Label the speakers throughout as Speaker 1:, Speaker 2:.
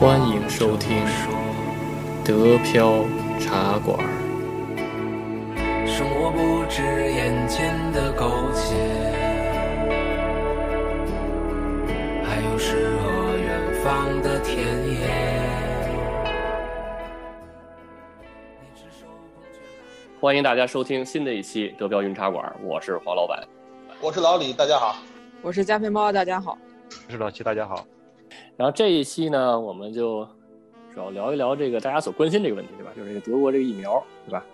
Speaker 1: 欢迎收听德飘茶馆。
Speaker 2: 生活不止眼前的苟且，还有诗和远方的田野。
Speaker 3: 欢迎大家收听新的一期德标云茶馆，我是黄老板。
Speaker 4: 我是老李，大家好。
Speaker 5: 我是加菲猫，大家好。
Speaker 6: 是老七，大家好。
Speaker 3: 然后这一期呢，我们就主要聊一聊这个大家所关心这个问题，对吧？就是这个德国这个疫苗，对吧？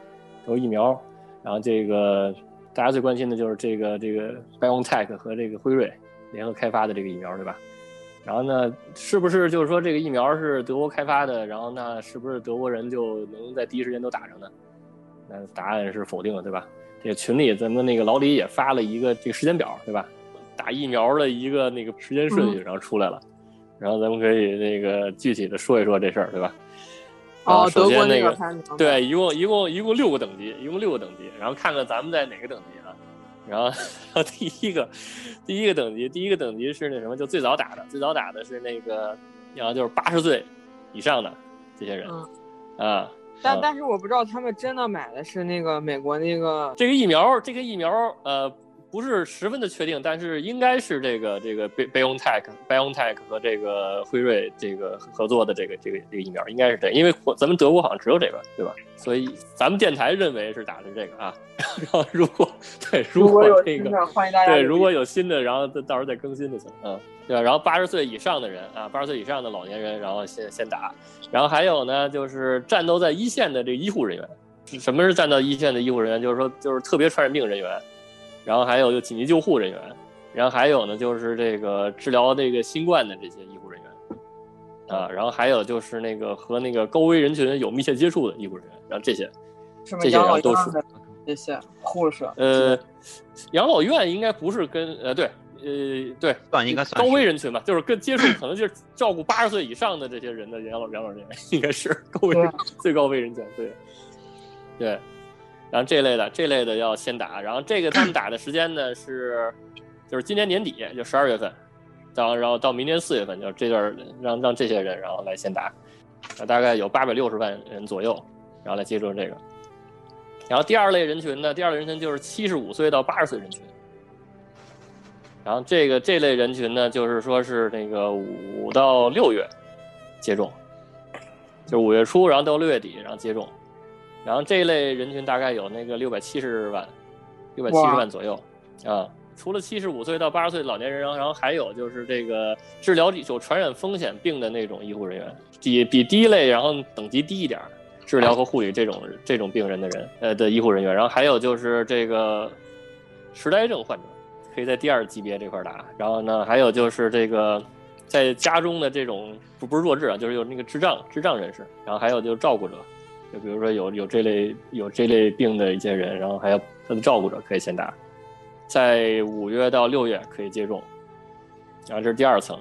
Speaker 3: 德国疫苗，然后这个大家最关心的就是这个这个 BioNTech 和这个辉瑞联合开发的这个疫苗，对吧？然后呢，是不是就是说这个疫苗是德国开发的？然后那是不是德国人就能在第一时间都打上呢？那答案是否定的，对吧？这个群里咱们那个老李也发了一个这个时间表，对吧？打疫苗的一个那个时间顺
Speaker 5: 嗯
Speaker 3: 序，然后出来了，然后咱们可以那个具体的说一说这事儿，对吧？啊
Speaker 5: 哦，
Speaker 3: 首
Speaker 5: 德
Speaker 3: 先
Speaker 5: 国
Speaker 3: 那
Speaker 5: 个排名，，
Speaker 3: 对，一共一共一共六个等级，一共六个等级，然后看看咱们在哪个等级啊？然后，然后第一个，第一个等级，第一个等级是那什么，就最早打的，最早打的是那个，然后就是八十岁以上的这些人，
Speaker 5: 嗯
Speaker 3: 啊，
Speaker 5: 但
Speaker 3: 嗯
Speaker 5: 但是我不知道他们真的买的是那个美国那个，
Speaker 3: 这个疫苗，这个疫苗，呃，不是十分的确定，但是应该是这个这个 B- BioNTech、BioNTech 和这个辉瑞这个合作的这个这个这个疫苗，应该是这个，因为我咱们德国好像只有这个，对吧？所以咱们电台认为是打的这个啊。 然后如果对，如果这个
Speaker 5: 欢迎大
Speaker 3: 对，如果有新的，然后到到时候再更新就行。嗯，对吧？然后八十岁以上的人啊，八十岁以上的老年人，然后先先打。然后还有呢，就是战斗在一线的这个医护人员。什么是战斗一线的医护人员？就是说，就是特别传染病人员，然后还有就紧急救护人员，然后还有呢，就是这个治疗这个新冠的这些医护人员。啊，然后还有就是那个和那个高危人群有密切接触的医护人员，然后这些，
Speaker 5: 什
Speaker 3: 这些养老人都院是的
Speaker 5: 这些护士，
Speaker 3: 呃，养老院应该不是跟呃对呃对
Speaker 6: 算应该算
Speaker 3: 高
Speaker 6: 是
Speaker 3: 危人群吧，就是跟接触可能就是照顾八十岁以上的这些人的养老养老人员，应该 是高危人最高危人群，对对。然后这类的这类的要先打，然后这个他们打的时间 呢是就是今年年底，就十二月份，到然后到明年四月份，就是这段儿让让这些人然后来先打，呃大概有八百六十万人左右，然后来接触这个。然后第二类人群呢，第二类人群就是七十五岁到八十岁人群。然后这个这类人群呢，就是说是那个五到六月接种，就是五月初，然后到六月底，然后接种。然后这类人群大概有那个六百七十万，六百七十
Speaker 5: 哇
Speaker 3: 万左右啊。除了七十五岁到八十岁的老年人，然后然后还有就是这个治疗有传染风险病的那种医护人员，比比第一类然后等级低一点儿，治疗和护理这种这种病人的人，呃的医护人员，然后还有就是这个痴呆症患者，可以在第二级别这块儿打。然后呢，还有就是这个在家中的这种不不是弱智啊，就是有那个智障智障人士，然后还有就是照顾者，就比如说有有这类有这类病的一些人，然后还有他的照顾者可以先打，在五月到六月可以接种，然后这是第二层。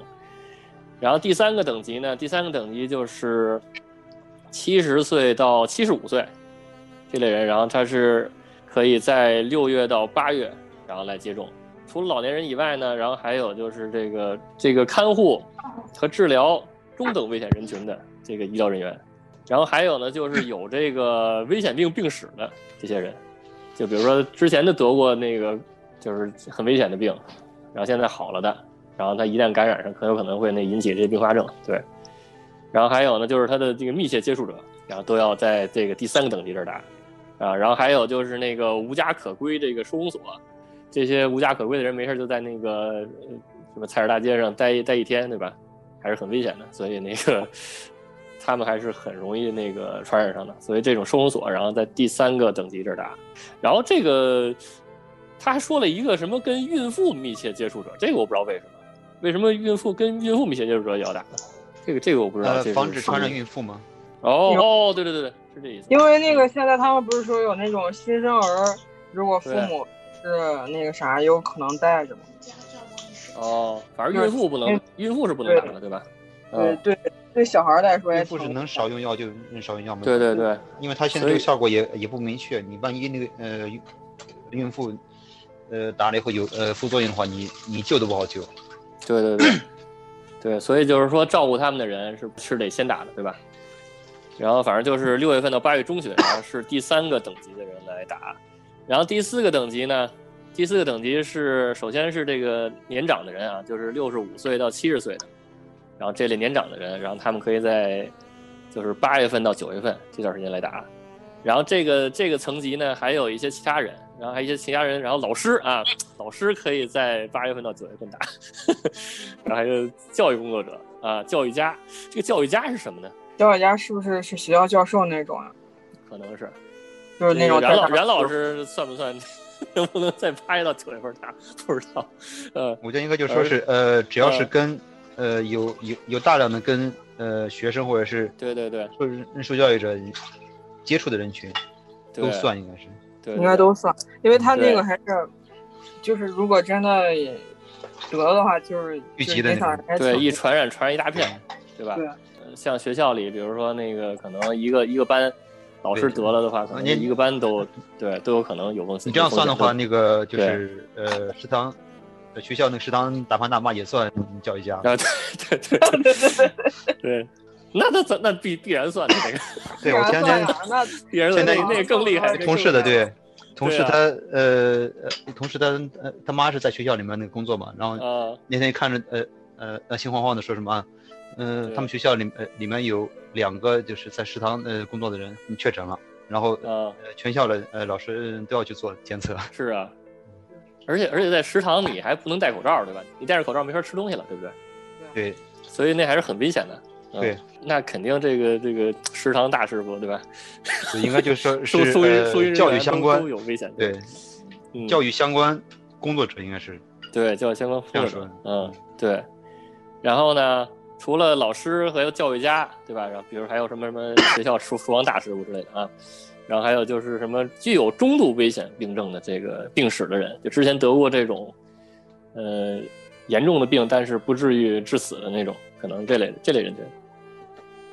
Speaker 3: 然后第三个等级呢？第三个等级就是七十岁到七十五岁这类人，然后他是可以在六月到八月，然后来接种。除了老年人以外呢，然后还有就是这个这个看护和治疗中等危险人群的这个医疗人员，然后还有呢就是有这个危险病病史的这些人，就比如说之前的得过那个就是很危险的病，然后现在好了的，然后他一旦感染上，很有可能会那引起这些并发症，对。然后还有呢，就是他的这个密切接触者，然后都要在这个第三个等级这儿打，啊，然后还有就是那个无家可归这个收容所，这些无家可归的人没事就在那个呃什么菜市大街上待一待一天，对吧？还是很危险的，所以那个他们还是很容易那个传染上的。所以这种收容所，然后在第三个等级这儿打，然后这个他还说了一个什么跟孕妇密切接触者，这个我不知道为什么，为什么孕妇跟孕妇密切接触者也要打呢？这个这个我不知道，
Speaker 6: 呃
Speaker 3: 这，是
Speaker 6: 防止传染
Speaker 3: 什么
Speaker 6: 孕妇吗？
Speaker 3: 哦哦，对对对对，是这意思。
Speaker 5: 因为那个现在他们不是说有那种新生儿，如果父
Speaker 3: 对
Speaker 5: 母是那个啥，有可能带着嘛。
Speaker 3: 哦，反正孕妇不能
Speaker 5: 嗯，
Speaker 3: 孕妇是不能打的，对吧？
Speaker 5: 对
Speaker 3: 嗯，
Speaker 5: 对，对小孩来说也
Speaker 6: 孕妇
Speaker 5: 挺
Speaker 6: 是能少用药就嗯少用药吗？
Speaker 3: 对对，对，
Speaker 6: 因为它现在
Speaker 3: 所以
Speaker 6: 这个效果也也不明确，你万一那个呃孕孕妇呃打了以后有呃副作用的话，你你救都不好救。
Speaker 3: 对对对。对，所以就是说照顾他们的人是是得先打的，对吧？然后反正就是六月份到八月中旬，然后是第三个等级的人来打，然后第四个等级呢，第四个等级是首先是这个年长的人啊，就是六十五岁到七十岁的，然后这类年长的人，然后他们可以在就是八月份到九月份这段时间来打，然后这个这个层级呢，还有一些其他人，然后还有一些其他人，然后老师啊，老师可以在八月份到九月份打，然后还有教育工作者啊，教育家，这个教育家是什么呢？
Speaker 5: 教育家是不是是学校教授那种啊？
Speaker 3: 可能是
Speaker 5: 就是那种
Speaker 3: 这个
Speaker 5: 在
Speaker 3: 冉老
Speaker 5: 大
Speaker 3: 冉老师算不算？能不能再拍到九月份打？不知道，呃，
Speaker 6: 我觉得应该就说是呃，只要是
Speaker 3: 嗯
Speaker 6: 跟呃有有有大量的跟呃学生或者是
Speaker 3: 对对对
Speaker 6: 受认受教育者接触的人群
Speaker 3: 对，
Speaker 6: 都算应该是。
Speaker 3: 对，对
Speaker 5: 应该都算，因为他那
Speaker 3: 对
Speaker 5: 个还是，就是如果真的也得了的话，就是
Speaker 6: 预期的那种
Speaker 3: 对，一传染传染一大片，对吧？
Speaker 5: 对
Speaker 3: 呃像学校里，比如说那个可能一个一个班老师得了的话，可能
Speaker 6: 你
Speaker 3: 一个班都对都有可能有风险。
Speaker 6: 你这样算的话，
Speaker 3: 有风
Speaker 6: 那个就是呃食堂，呃学校那个食堂打盘打骂也算教育家。
Speaker 3: 险啊，对对对对对，那那咱那必必然算的这个，
Speaker 6: 对
Speaker 5: 啊
Speaker 6: 我前两天
Speaker 5: 那
Speaker 3: 必然啊算
Speaker 6: 现在
Speaker 3: 那个更厉害，
Speaker 5: 对
Speaker 6: 同事的
Speaker 5: 这个
Speaker 6: 对，同事
Speaker 3: 对啊
Speaker 6: 他呃呃同事他呃他妈是在学校里面那个工作嘛，然后
Speaker 3: 啊，
Speaker 6: 那天看着呃呃呃心慌慌的说什么啊，嗯
Speaker 3: 对
Speaker 6: 他们学校里呃里面有两个就是在食堂呃工作的人确诊了，然后
Speaker 3: 啊
Speaker 6: 呃全校的呃老师都要去做监测，
Speaker 3: 是啊，而且而且在食堂你还不能戴口罩，对吧？你戴着口罩没法吃东西了，对不对？
Speaker 6: 对
Speaker 3: 所以那还是很危险的。嗯
Speaker 6: 对，
Speaker 3: 那肯定这个这个食堂大师傅，对吧？
Speaker 6: 对应该就是说
Speaker 3: 收
Speaker 6: 是
Speaker 3: 收银收银人
Speaker 6: 呃教育
Speaker 3: 员
Speaker 6: 相
Speaker 3: 都
Speaker 6: 关
Speaker 3: 都有危险，
Speaker 6: 对
Speaker 3: 嗯
Speaker 6: 教育相关工作者应该是
Speaker 3: 对，教育相关
Speaker 6: 这
Speaker 3: 工
Speaker 6: 样
Speaker 3: 作者
Speaker 6: 说，
Speaker 3: 嗯，对。然后呢，除了老师和教育家，对吧？然后比如还有什么什么学校厨厨房大师傅之类的啊，然后还有就是什么具有中度危险病症的这个病史的人，就之前得过这种，呃，严重的病，但是不至于致死的那种，可能这类这类人群。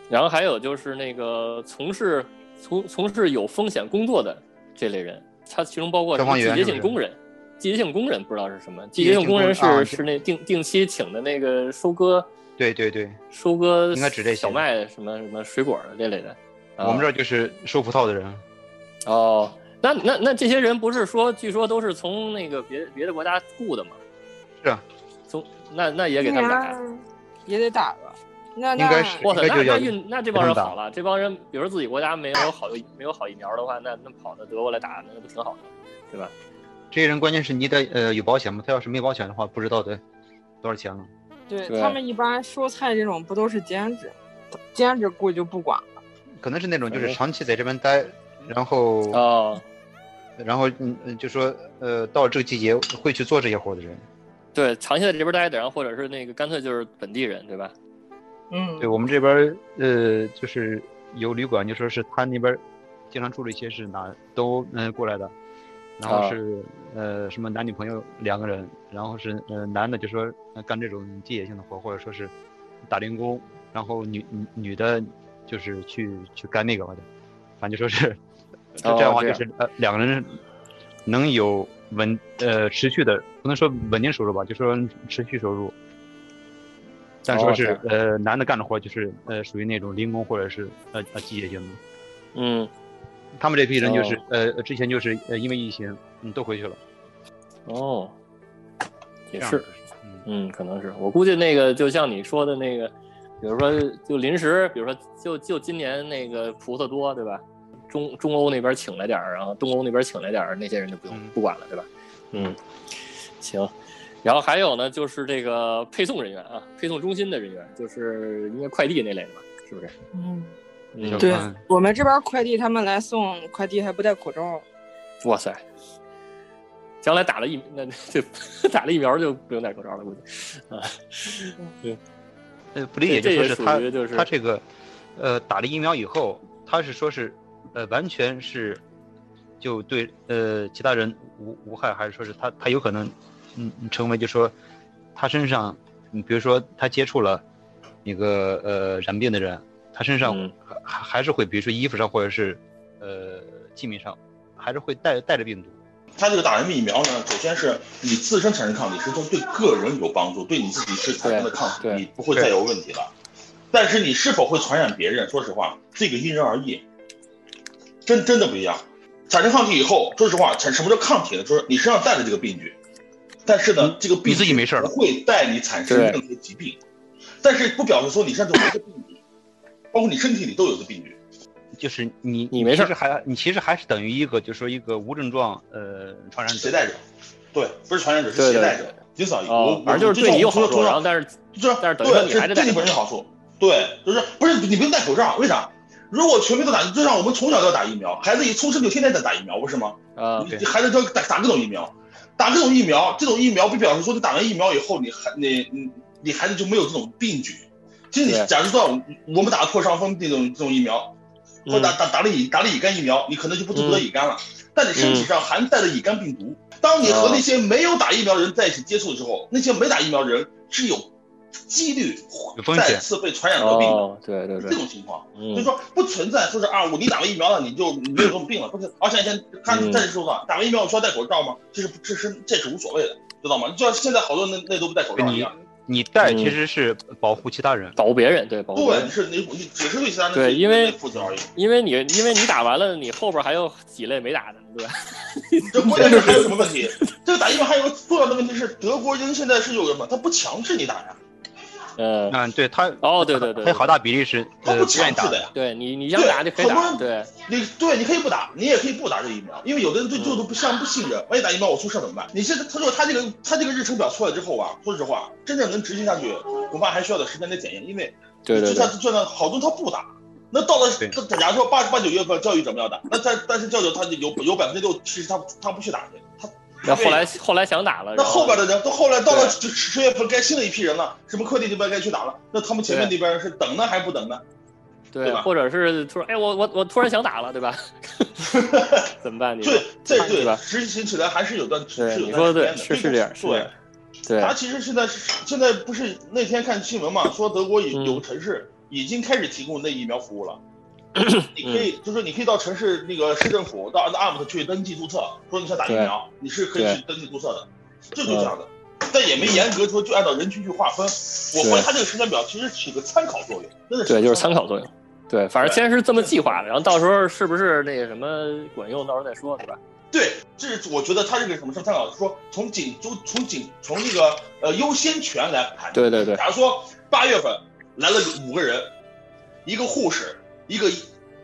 Speaker 3: 然后还有就是那个从事从从事有风险工作的这类人，他其中包括什么
Speaker 6: 消防
Speaker 3: 季
Speaker 6: 员
Speaker 3: 节
Speaker 6: 是
Speaker 3: 性
Speaker 6: 不是
Speaker 3: 工人，季节性工人不知道是什么，季
Speaker 6: 季
Speaker 3: 节
Speaker 6: 节
Speaker 3: 性
Speaker 6: 性
Speaker 3: 工
Speaker 6: 工
Speaker 3: 人
Speaker 6: 人
Speaker 3: 是、
Speaker 6: 啊
Speaker 3: 是那定定期请的那个收割
Speaker 6: 对对对，
Speaker 3: 收割
Speaker 6: 应该指这些
Speaker 3: 小麦什么什么水果的这类的。啊
Speaker 6: 我们这儿就是收葡萄的人。
Speaker 3: 哦，那那那这些人不是说据说都是从那个别别的国家雇的吗？
Speaker 6: 是啊，
Speaker 3: 从那那也给他们
Speaker 5: 啊
Speaker 3: 打呀。
Speaker 5: 也得打吧？那
Speaker 6: 应该
Speaker 5: 那
Speaker 6: 是
Speaker 3: 哇塞，
Speaker 6: 应该
Speaker 3: 那
Speaker 6: 就
Speaker 3: 那
Speaker 6: 要
Speaker 3: 运那这帮人
Speaker 6: 给他们打
Speaker 3: 好了，这帮人比如说自己国家没有好没有好疫苗的话，那那跑到德国来打，那不挺好的，对吧？
Speaker 6: 这些人关键是你得呃有保险吗？他要是没保险的话，不知道得多少钱了。
Speaker 5: 对
Speaker 3: 对
Speaker 5: 他们一般收菜这种不都是兼职？兼职估计就不管了。
Speaker 6: 可能是那种就
Speaker 3: 哎
Speaker 6: 是长期在这边待，然后、
Speaker 3: 哦，
Speaker 6: 然后嗯嗯就说呃到了这个季节会去做这些活的人。
Speaker 3: 对，长期在这边待着，然后或者是那个干脆就是本地人，对吧？
Speaker 5: 嗯
Speaker 6: 对，我们这边呃就是有旅馆，就说是他那边经常住了一些是哪都嗯、呃过来的，然后
Speaker 3: 啊
Speaker 6: 是、呃什么男女朋友两个人，然后是呃男的就说、呃干这种季节性的活，或者说是打零工，然后女女女的就是去去干那个的，反正就说是就这样的话
Speaker 3: 哦这
Speaker 6: 就
Speaker 3: 样
Speaker 6: 是、呃两个人能有稳呃持续的不能说稳定收入吧，就说持续收入。但说
Speaker 3: 哦
Speaker 6: 是、
Speaker 3: 这样
Speaker 6: 呃男的干的活就是呃属于那种零工或者是呃呃季节性的，
Speaker 3: 嗯，
Speaker 6: 他们这批人就是、
Speaker 3: 哦
Speaker 6: 呃之前就是呃因为疫情嗯都回去了，
Speaker 3: 哦，也
Speaker 6: 这样
Speaker 3: 是
Speaker 6: 就，嗯
Speaker 3: 嗯，可能是我估计那个，就像你说的那个，比如说就临时，比如说就就今年那个葡萄多，对吧？中中欧那边请来点儿，然后东欧那边请来点儿，那些人就不用、
Speaker 6: 嗯
Speaker 3: 不管了，对吧？嗯，行。然后还有呢，就是这个配送人员啊，配送中心的人员，就是应该快递那类的吧，是不是？
Speaker 5: 嗯，
Speaker 3: 嗯，
Speaker 5: 对
Speaker 6: 嗯
Speaker 5: 我们这边快递他们来送快递还不戴口罩，
Speaker 3: 哇塞，将来打了疫那就 打了疫苗就不用戴口罩了，估计啊，
Speaker 6: 呃不理解
Speaker 3: 这
Speaker 6: 就说
Speaker 3: 这也
Speaker 6: 是
Speaker 3: 属
Speaker 6: 他
Speaker 3: 于就是
Speaker 6: 他这个呃打了疫苗以后，他是说是呃完全是就对呃其他人无无害，还是说是他他有可能嗯成为就说他身上，嗯比如说他接触了那个呃染病的人，他身上
Speaker 3: 嗯
Speaker 6: 还还还是会比如说衣服上或者是呃器皿上还是会带带着病毒，
Speaker 4: 它这个打人疫苗呢，首先是你自身产生抗体，是说对个人有帮助，对你自己是产生的抗体
Speaker 3: 对，对
Speaker 4: 你不会再有问题了。但是你是否会传染别人，说实话，这个因人而异，真真的不一样。产生抗体以后，说实话，产什么叫抗体呢？就是你身上带着这个病菌，但是呢，这个病
Speaker 6: 嗯
Speaker 4: 菌
Speaker 6: 你自己没事了
Speaker 4: 不会带你产生
Speaker 3: 对
Speaker 4: 任何疾病，但是不表示说你身上就没这病菌，包括你身体里都有这病菌。
Speaker 6: 就是你
Speaker 3: 你没事
Speaker 6: 其实还你其实还是等于一个，就是说一个无症状呃传染者。
Speaker 4: 携带者，对，不是传染者，是
Speaker 3: 对
Speaker 4: 携
Speaker 3: 对
Speaker 4: 带者，仅此而已。
Speaker 3: 哦
Speaker 4: 我，
Speaker 3: 反正就是对你有好处，然后但是
Speaker 4: 就是
Speaker 3: 但是等于说
Speaker 4: 对，
Speaker 3: 你还得
Speaker 4: 是对
Speaker 3: 戴
Speaker 4: 你
Speaker 3: 口
Speaker 4: 本身有好处。对，就是不是你不用戴口罩，为啥？如果全民都打，就像我们从小都要打疫苗，孩子一出生就天天在打疫苗，不是吗？
Speaker 3: 啊，
Speaker 4: 你
Speaker 6: 对
Speaker 4: 你孩子都要打打各种疫苗，打各种疫苗，这种疫苗不表示说你打完疫苗以后，你孩你你你孩子就没有这种病菌。其实
Speaker 3: 对
Speaker 4: 你假如说我们我们打破伤风这种这种疫苗，或者打打打了乙打了乙肝疫苗，你可能就不得不得乙肝了，但你身体上含带着乙肝病毒。当你和那些没有打疫苗的人在一起接触的时候，那些没打疫苗的人是有几率
Speaker 6: 有风险
Speaker 4: 再次被传染得病的，
Speaker 3: 哦，对对
Speaker 4: 是
Speaker 3: 对
Speaker 4: 嗯这，种情况。所以
Speaker 3: 嗯，
Speaker 4: 说不存在说是啊，我你打完疫苗了你就你没有这种病了，不是？而且以前看
Speaker 3: 嗯
Speaker 4: 战士说的，打完疫苗我需要戴口罩吗？这是这是这是无所谓的，知道吗？就像现在好多人那那都不戴口罩一样，
Speaker 6: 你带
Speaker 3: 嗯
Speaker 6: 其实是保护其他人，
Speaker 3: 保护别人，对，保护别
Speaker 4: 对，
Speaker 3: 人
Speaker 4: 你。是你你只是对其他人
Speaker 3: 对
Speaker 4: 去
Speaker 3: 因为
Speaker 4: 负责而已。
Speaker 3: 因为你因为你打完了，你后边还有几类没打的， 对吧？
Speaker 4: 这关键是还有什么问题？这个打疫苗还有个重要的问题是，德国人现在是有什么？他不强制你打呀，
Speaker 3: 嗯，
Speaker 6: 嗯，对他
Speaker 3: 哦，对对对
Speaker 6: 还
Speaker 3: 对，
Speaker 6: 有好大比例是
Speaker 4: 他
Speaker 6: 呃
Speaker 4: 不
Speaker 6: 不愿
Speaker 4: 强
Speaker 6: 意
Speaker 4: 制
Speaker 6: 打
Speaker 4: 的呀。
Speaker 3: 对你你想打就可以打，对
Speaker 4: 你对，你可以不打，你也可以不打这个疫苗，因为有的人对制度不相不信任，万一打疫苗我出事儿怎么办？你现在他说他这个他这个日程表出来之后啊，说实话，真正能执行下去，恐怕还需要点时间来检验，因为
Speaker 3: 对对
Speaker 4: 就
Speaker 3: 对
Speaker 4: 像，就像好多人他不打，那到了
Speaker 6: 对
Speaker 4: 假如说八八九月份教育者们要打，那但但是教育者他就有有百分之六其实他他不去打去，他
Speaker 3: 那后来后来想打了，
Speaker 4: 那后边
Speaker 3: 的
Speaker 4: 的人，都后来到了
Speaker 3: 哎对
Speaker 4: 十十月份该新的一批人了，什么科迪这边该去打了，那他们前面那边是等呢还不等呢？
Speaker 3: 对
Speaker 4: 对吧
Speaker 3: 或者是突然哎我我我突然想打了，对 吧？怎么办？你说
Speaker 4: 对，这
Speaker 3: 对吧
Speaker 4: 对执行起来还是有段是
Speaker 3: 对
Speaker 4: 有
Speaker 3: 你
Speaker 4: 段
Speaker 3: 说
Speaker 4: 时
Speaker 3: 的
Speaker 4: 间的，
Speaker 3: 是
Speaker 4: 并
Speaker 3: 是
Speaker 4: 不
Speaker 3: 这样是这
Speaker 4: 对
Speaker 3: 样。对
Speaker 4: 他其实现在是现在不是那天看新闻嘛，说德国有
Speaker 3: 嗯
Speaker 4: 有个城市已经开始提供那疫苗服 务了。你可
Speaker 3: 嗯
Speaker 4: 以就是你可以到城市那个市政府到 AMP 去登记注册，说你想打疫苗，你是可以去登记注册的，这
Speaker 3: 嗯
Speaker 4: 就这样的。但也没严格说就按照人群去划分。我
Speaker 3: 对
Speaker 4: 怀疑它这个时间表其实起个参考作用，真的是
Speaker 3: 对，就是
Speaker 4: 参
Speaker 3: 参
Speaker 4: 考。
Speaker 3: 考作用。对，反正
Speaker 4: 对
Speaker 3: 先是这么计划的，然后到时候是不是那个什么管用，到时候再说，对吧？
Speaker 4: 对，这是我觉得它这个什么是参考，说从紧就从紧从那个呃优先权来排。
Speaker 3: 对对对，
Speaker 4: 假如说八月份来了五个人，一个护士，一个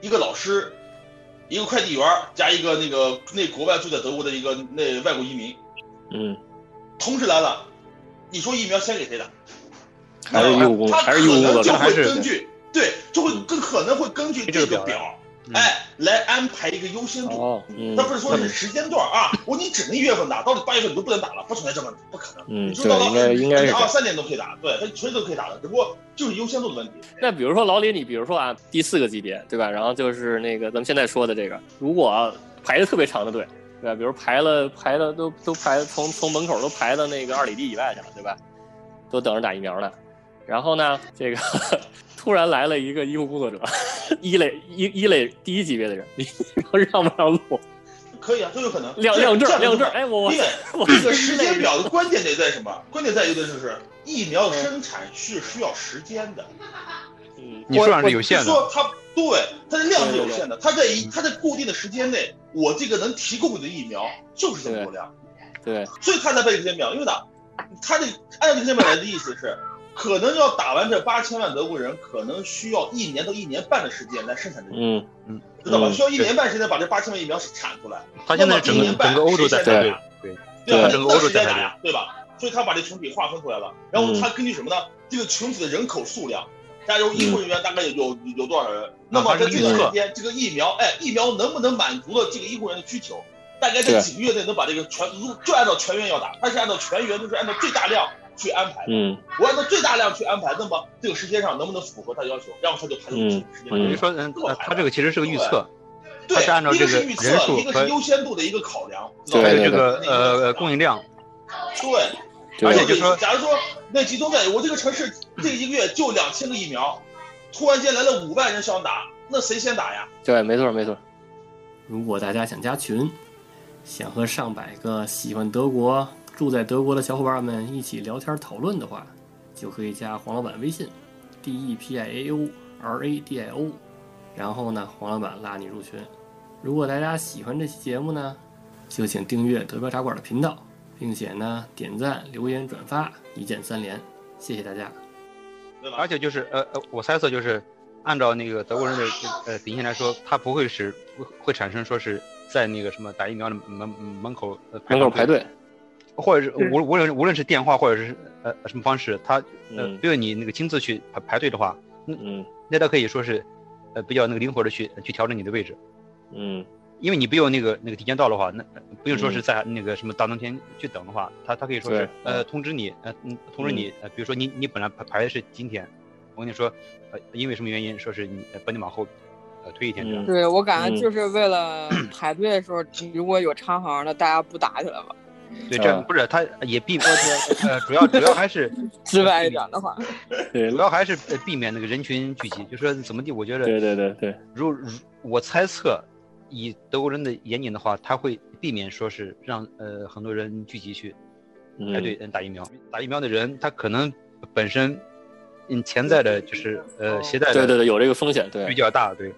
Speaker 4: 一个老师，一个快递员，加一个那个那国外住在德国的一个那外国移民，
Speaker 3: 嗯，
Speaker 4: 同时来了，你说疫苗先给谁打？
Speaker 3: 还是义务工
Speaker 4: 他
Speaker 3: 还
Speaker 4: 可
Speaker 3: 是义务工
Speaker 4: 能
Speaker 3: 作
Speaker 4: 就
Speaker 3: 者，
Speaker 6: 还
Speaker 4: 会
Speaker 6: 是
Speaker 4: 根据对，就会
Speaker 3: 嗯
Speaker 4: 更可能会根据
Speaker 6: 这
Speaker 4: 这
Speaker 6: 个表
Speaker 4: 个
Speaker 6: 来
Speaker 4: 表，
Speaker 6: 嗯
Speaker 4: 哎，来安排一个优先度。
Speaker 3: 哦，嗯
Speaker 4: 他，不是说是时间段啊，我你只能一月份打，到了八月份你都不能打了，不存在这问题，不可能。
Speaker 3: 嗯，
Speaker 4: 你就到
Speaker 3: 对，
Speaker 4: 了
Speaker 3: 应该应该是这
Speaker 4: 二
Speaker 3: 样。
Speaker 4: 三年都可以打，对，他随时都可以打的，只不过就是优先度的问题。
Speaker 3: 那比如说老李，你比如说啊，第四个级别对吧？然后就是那个咱们现在说的这个，如果啊排的特别长的队，对吧？比如排了排了都都排从从门口都排到那个二里地以外去了，对吧？都等着打疫苗呢。然后呢，这个 突然来了一个医务工作者，一类一一类第一级别的人， 你说让不让录？
Speaker 4: 可以啊，都有可能。
Speaker 3: 亮
Speaker 4: 这
Speaker 3: 亮证
Speaker 4: 这
Speaker 3: 儿
Speaker 4: 样
Speaker 3: 亮
Speaker 4: 就
Speaker 3: 证儿，
Speaker 4: 是
Speaker 3: 哎，我
Speaker 4: 因为
Speaker 3: 我
Speaker 4: 这个时间表的关键点在什么？关键在于的就是疫苗的生产是需要时间的，
Speaker 3: 嗯
Speaker 6: 你数量是有
Speaker 4: 就
Speaker 6: 限
Speaker 4: 是
Speaker 6: 的，
Speaker 4: 说它对它的量是有限的，它在一它在固定的时间内，我这个能提供你的疫苗就是这么多量，
Speaker 3: 对
Speaker 4: 所以它才被时间表。因为呢，它的按照这个时间表来的意思是，可能要打完这八千万德国人，可能需要一年到一年半的时间来生产这个疫苗，
Speaker 3: 嗯
Speaker 4: 知道吧？
Speaker 3: 嗯
Speaker 4: 需要一年半时间把这八千万疫苗产出来。
Speaker 6: 他现在整个
Speaker 4: 那么一年半
Speaker 6: 整个欧洲在
Speaker 4: 谁先
Speaker 6: 排队
Speaker 4: 打，
Speaker 6: 对，
Speaker 4: 对吧？
Speaker 6: 对整个欧洲
Speaker 4: 在
Speaker 6: 在排队
Speaker 4: 呀，对吧？所以他把这群体划分出来了，然后他根据什么呢？这个群体的人口数量，加油，医护人员大概有有有多少人？那么在这段时间，这个疫苗，哎，疫苗能不能满足了这个医护人员的需求？大概在
Speaker 3: 对
Speaker 4: 几个月内能把这个全，如果就按照全员要打，它是按照全员，就是按照最大量去安排的。
Speaker 3: 嗯
Speaker 4: 我按照最大量去安排，那么这个时间上能不能符合他要求？然后他就排出
Speaker 3: 嗯
Speaker 4: 时间
Speaker 3: 嗯
Speaker 6: 等
Speaker 4: 内
Speaker 6: 于。说嗯
Speaker 4: 这么，排
Speaker 6: 他这个其实是个预测，
Speaker 4: 对，
Speaker 6: 它是按照
Speaker 4: 一个
Speaker 6: 这
Speaker 4: 是
Speaker 6: 个
Speaker 4: 预
Speaker 6: 人
Speaker 4: 测，
Speaker 6: 数
Speaker 4: 一个
Speaker 6: 和
Speaker 4: 是优先度的一个考量，知道吧
Speaker 6: 还
Speaker 3: 对对
Speaker 6: 有这个
Speaker 4: 对
Speaker 6: 呃呃
Speaker 4: 对
Speaker 6: 供应量，
Speaker 4: 对，
Speaker 3: 对
Speaker 6: 而且就说
Speaker 4: 假如说那集中在我这个城市，这一个月就两千个疫苗，突然间来了五万人想打，那谁先打呀？
Speaker 3: 对，没错没错，
Speaker 1: 如果大家想加群，想和上百个喜欢德国、住在德国的小伙伴们一起聊天讨论的话，就可以加黄老板微信，d e p i a o r a d i o，然后呢，黄老板拉你入群。如果大家喜欢这期节目呢，就请订阅德标茶馆的频道，并且呢点赞、留言、转发，一键三连，谢谢大家。
Speaker 4: 对吧？
Speaker 6: 而且就是呃呃，我猜测就是按照那个德国人的呃秉性来说，他不会是会会产生说是在那个什么打疫苗的门门口呃
Speaker 3: 门口排，队，
Speaker 6: 或者是
Speaker 5: 对
Speaker 6: 无无论无论是电话或者是呃什么方式，他呃
Speaker 3: 嗯
Speaker 6: 不用你那个亲自去排排队的话，
Speaker 3: 嗯
Speaker 6: 那他可以说是呃比较那个灵活的去去调整你的位置。
Speaker 3: 嗯
Speaker 6: 因为你不用那个那个提前到的话，那呃不用说
Speaker 3: 嗯
Speaker 6: 是在那个什么大冬天去等的话，他他可以说是
Speaker 3: 对
Speaker 6: 呃通知你呃嗯通知你呃比如说你你本来排排的是今天，我跟你说呃因为什么原因说是你呃把你往后呃推一天这
Speaker 3: 嗯
Speaker 6: 样，
Speaker 5: 对我感
Speaker 3: 嗯
Speaker 5: 觉就是为了排队的时候，如果有长行的，大家不打起来吧。
Speaker 6: 对这样
Speaker 3: 啊
Speaker 6: 不是他也避免呃主要主要 还是
Speaker 3: 嗯
Speaker 5: 直白一点的话，
Speaker 3: 对
Speaker 6: 主要还是呃避免那个人群聚集，就说怎么地，我觉
Speaker 3: 对
Speaker 6: 得
Speaker 3: 对对对，
Speaker 6: 如如我猜测以德国人的严谨的话，他会避免说是让呃很多人聚集去。
Speaker 3: 嗯
Speaker 6: 排队嗯打疫苗。打疫苗的人，他可能本身嗯潜在的就是呃携带
Speaker 3: 对对
Speaker 6: 的
Speaker 3: 对，有这个风险，
Speaker 6: 比
Speaker 3: 对，
Speaker 6: 较大，对。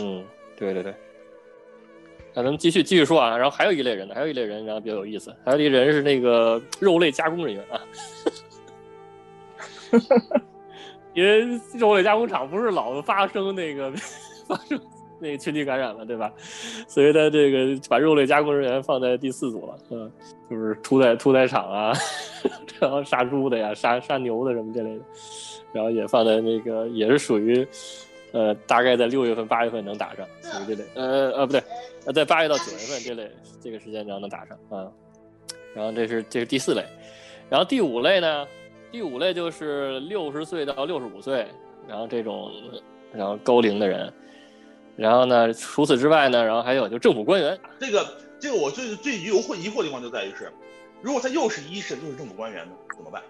Speaker 3: 嗯，对对对。那咱们继续继续说啊，然后还有一类人呢，还有一类人，然后比较有意思，还有一类人是那个肉类加工人员啊， 因为肉类加工厂不是老发生那个 发生那个群体感染嘛，对吧？所以他这个把肉类加工人员放在第四组了，嗯，就是屠宰屠宰场啊， 然后杀猪的呀、杀杀牛的什么之类的，然后也放在那个也是属于，呃，大概在六月份、八月份能打上，属于这类，呃呃不对，呃在八月到九月份这类这个时间然后能打上啊、然后这是这是第四类，然后第五类呢，第五类就是六十岁到六十五岁，然后这种然后高龄的人。然后呢，除此之外呢，然后还有就政府官员，
Speaker 4: 这个这个我最最疑惑疑惑的地方就在于是，如果他又是医生又是政府官员呢，怎么办？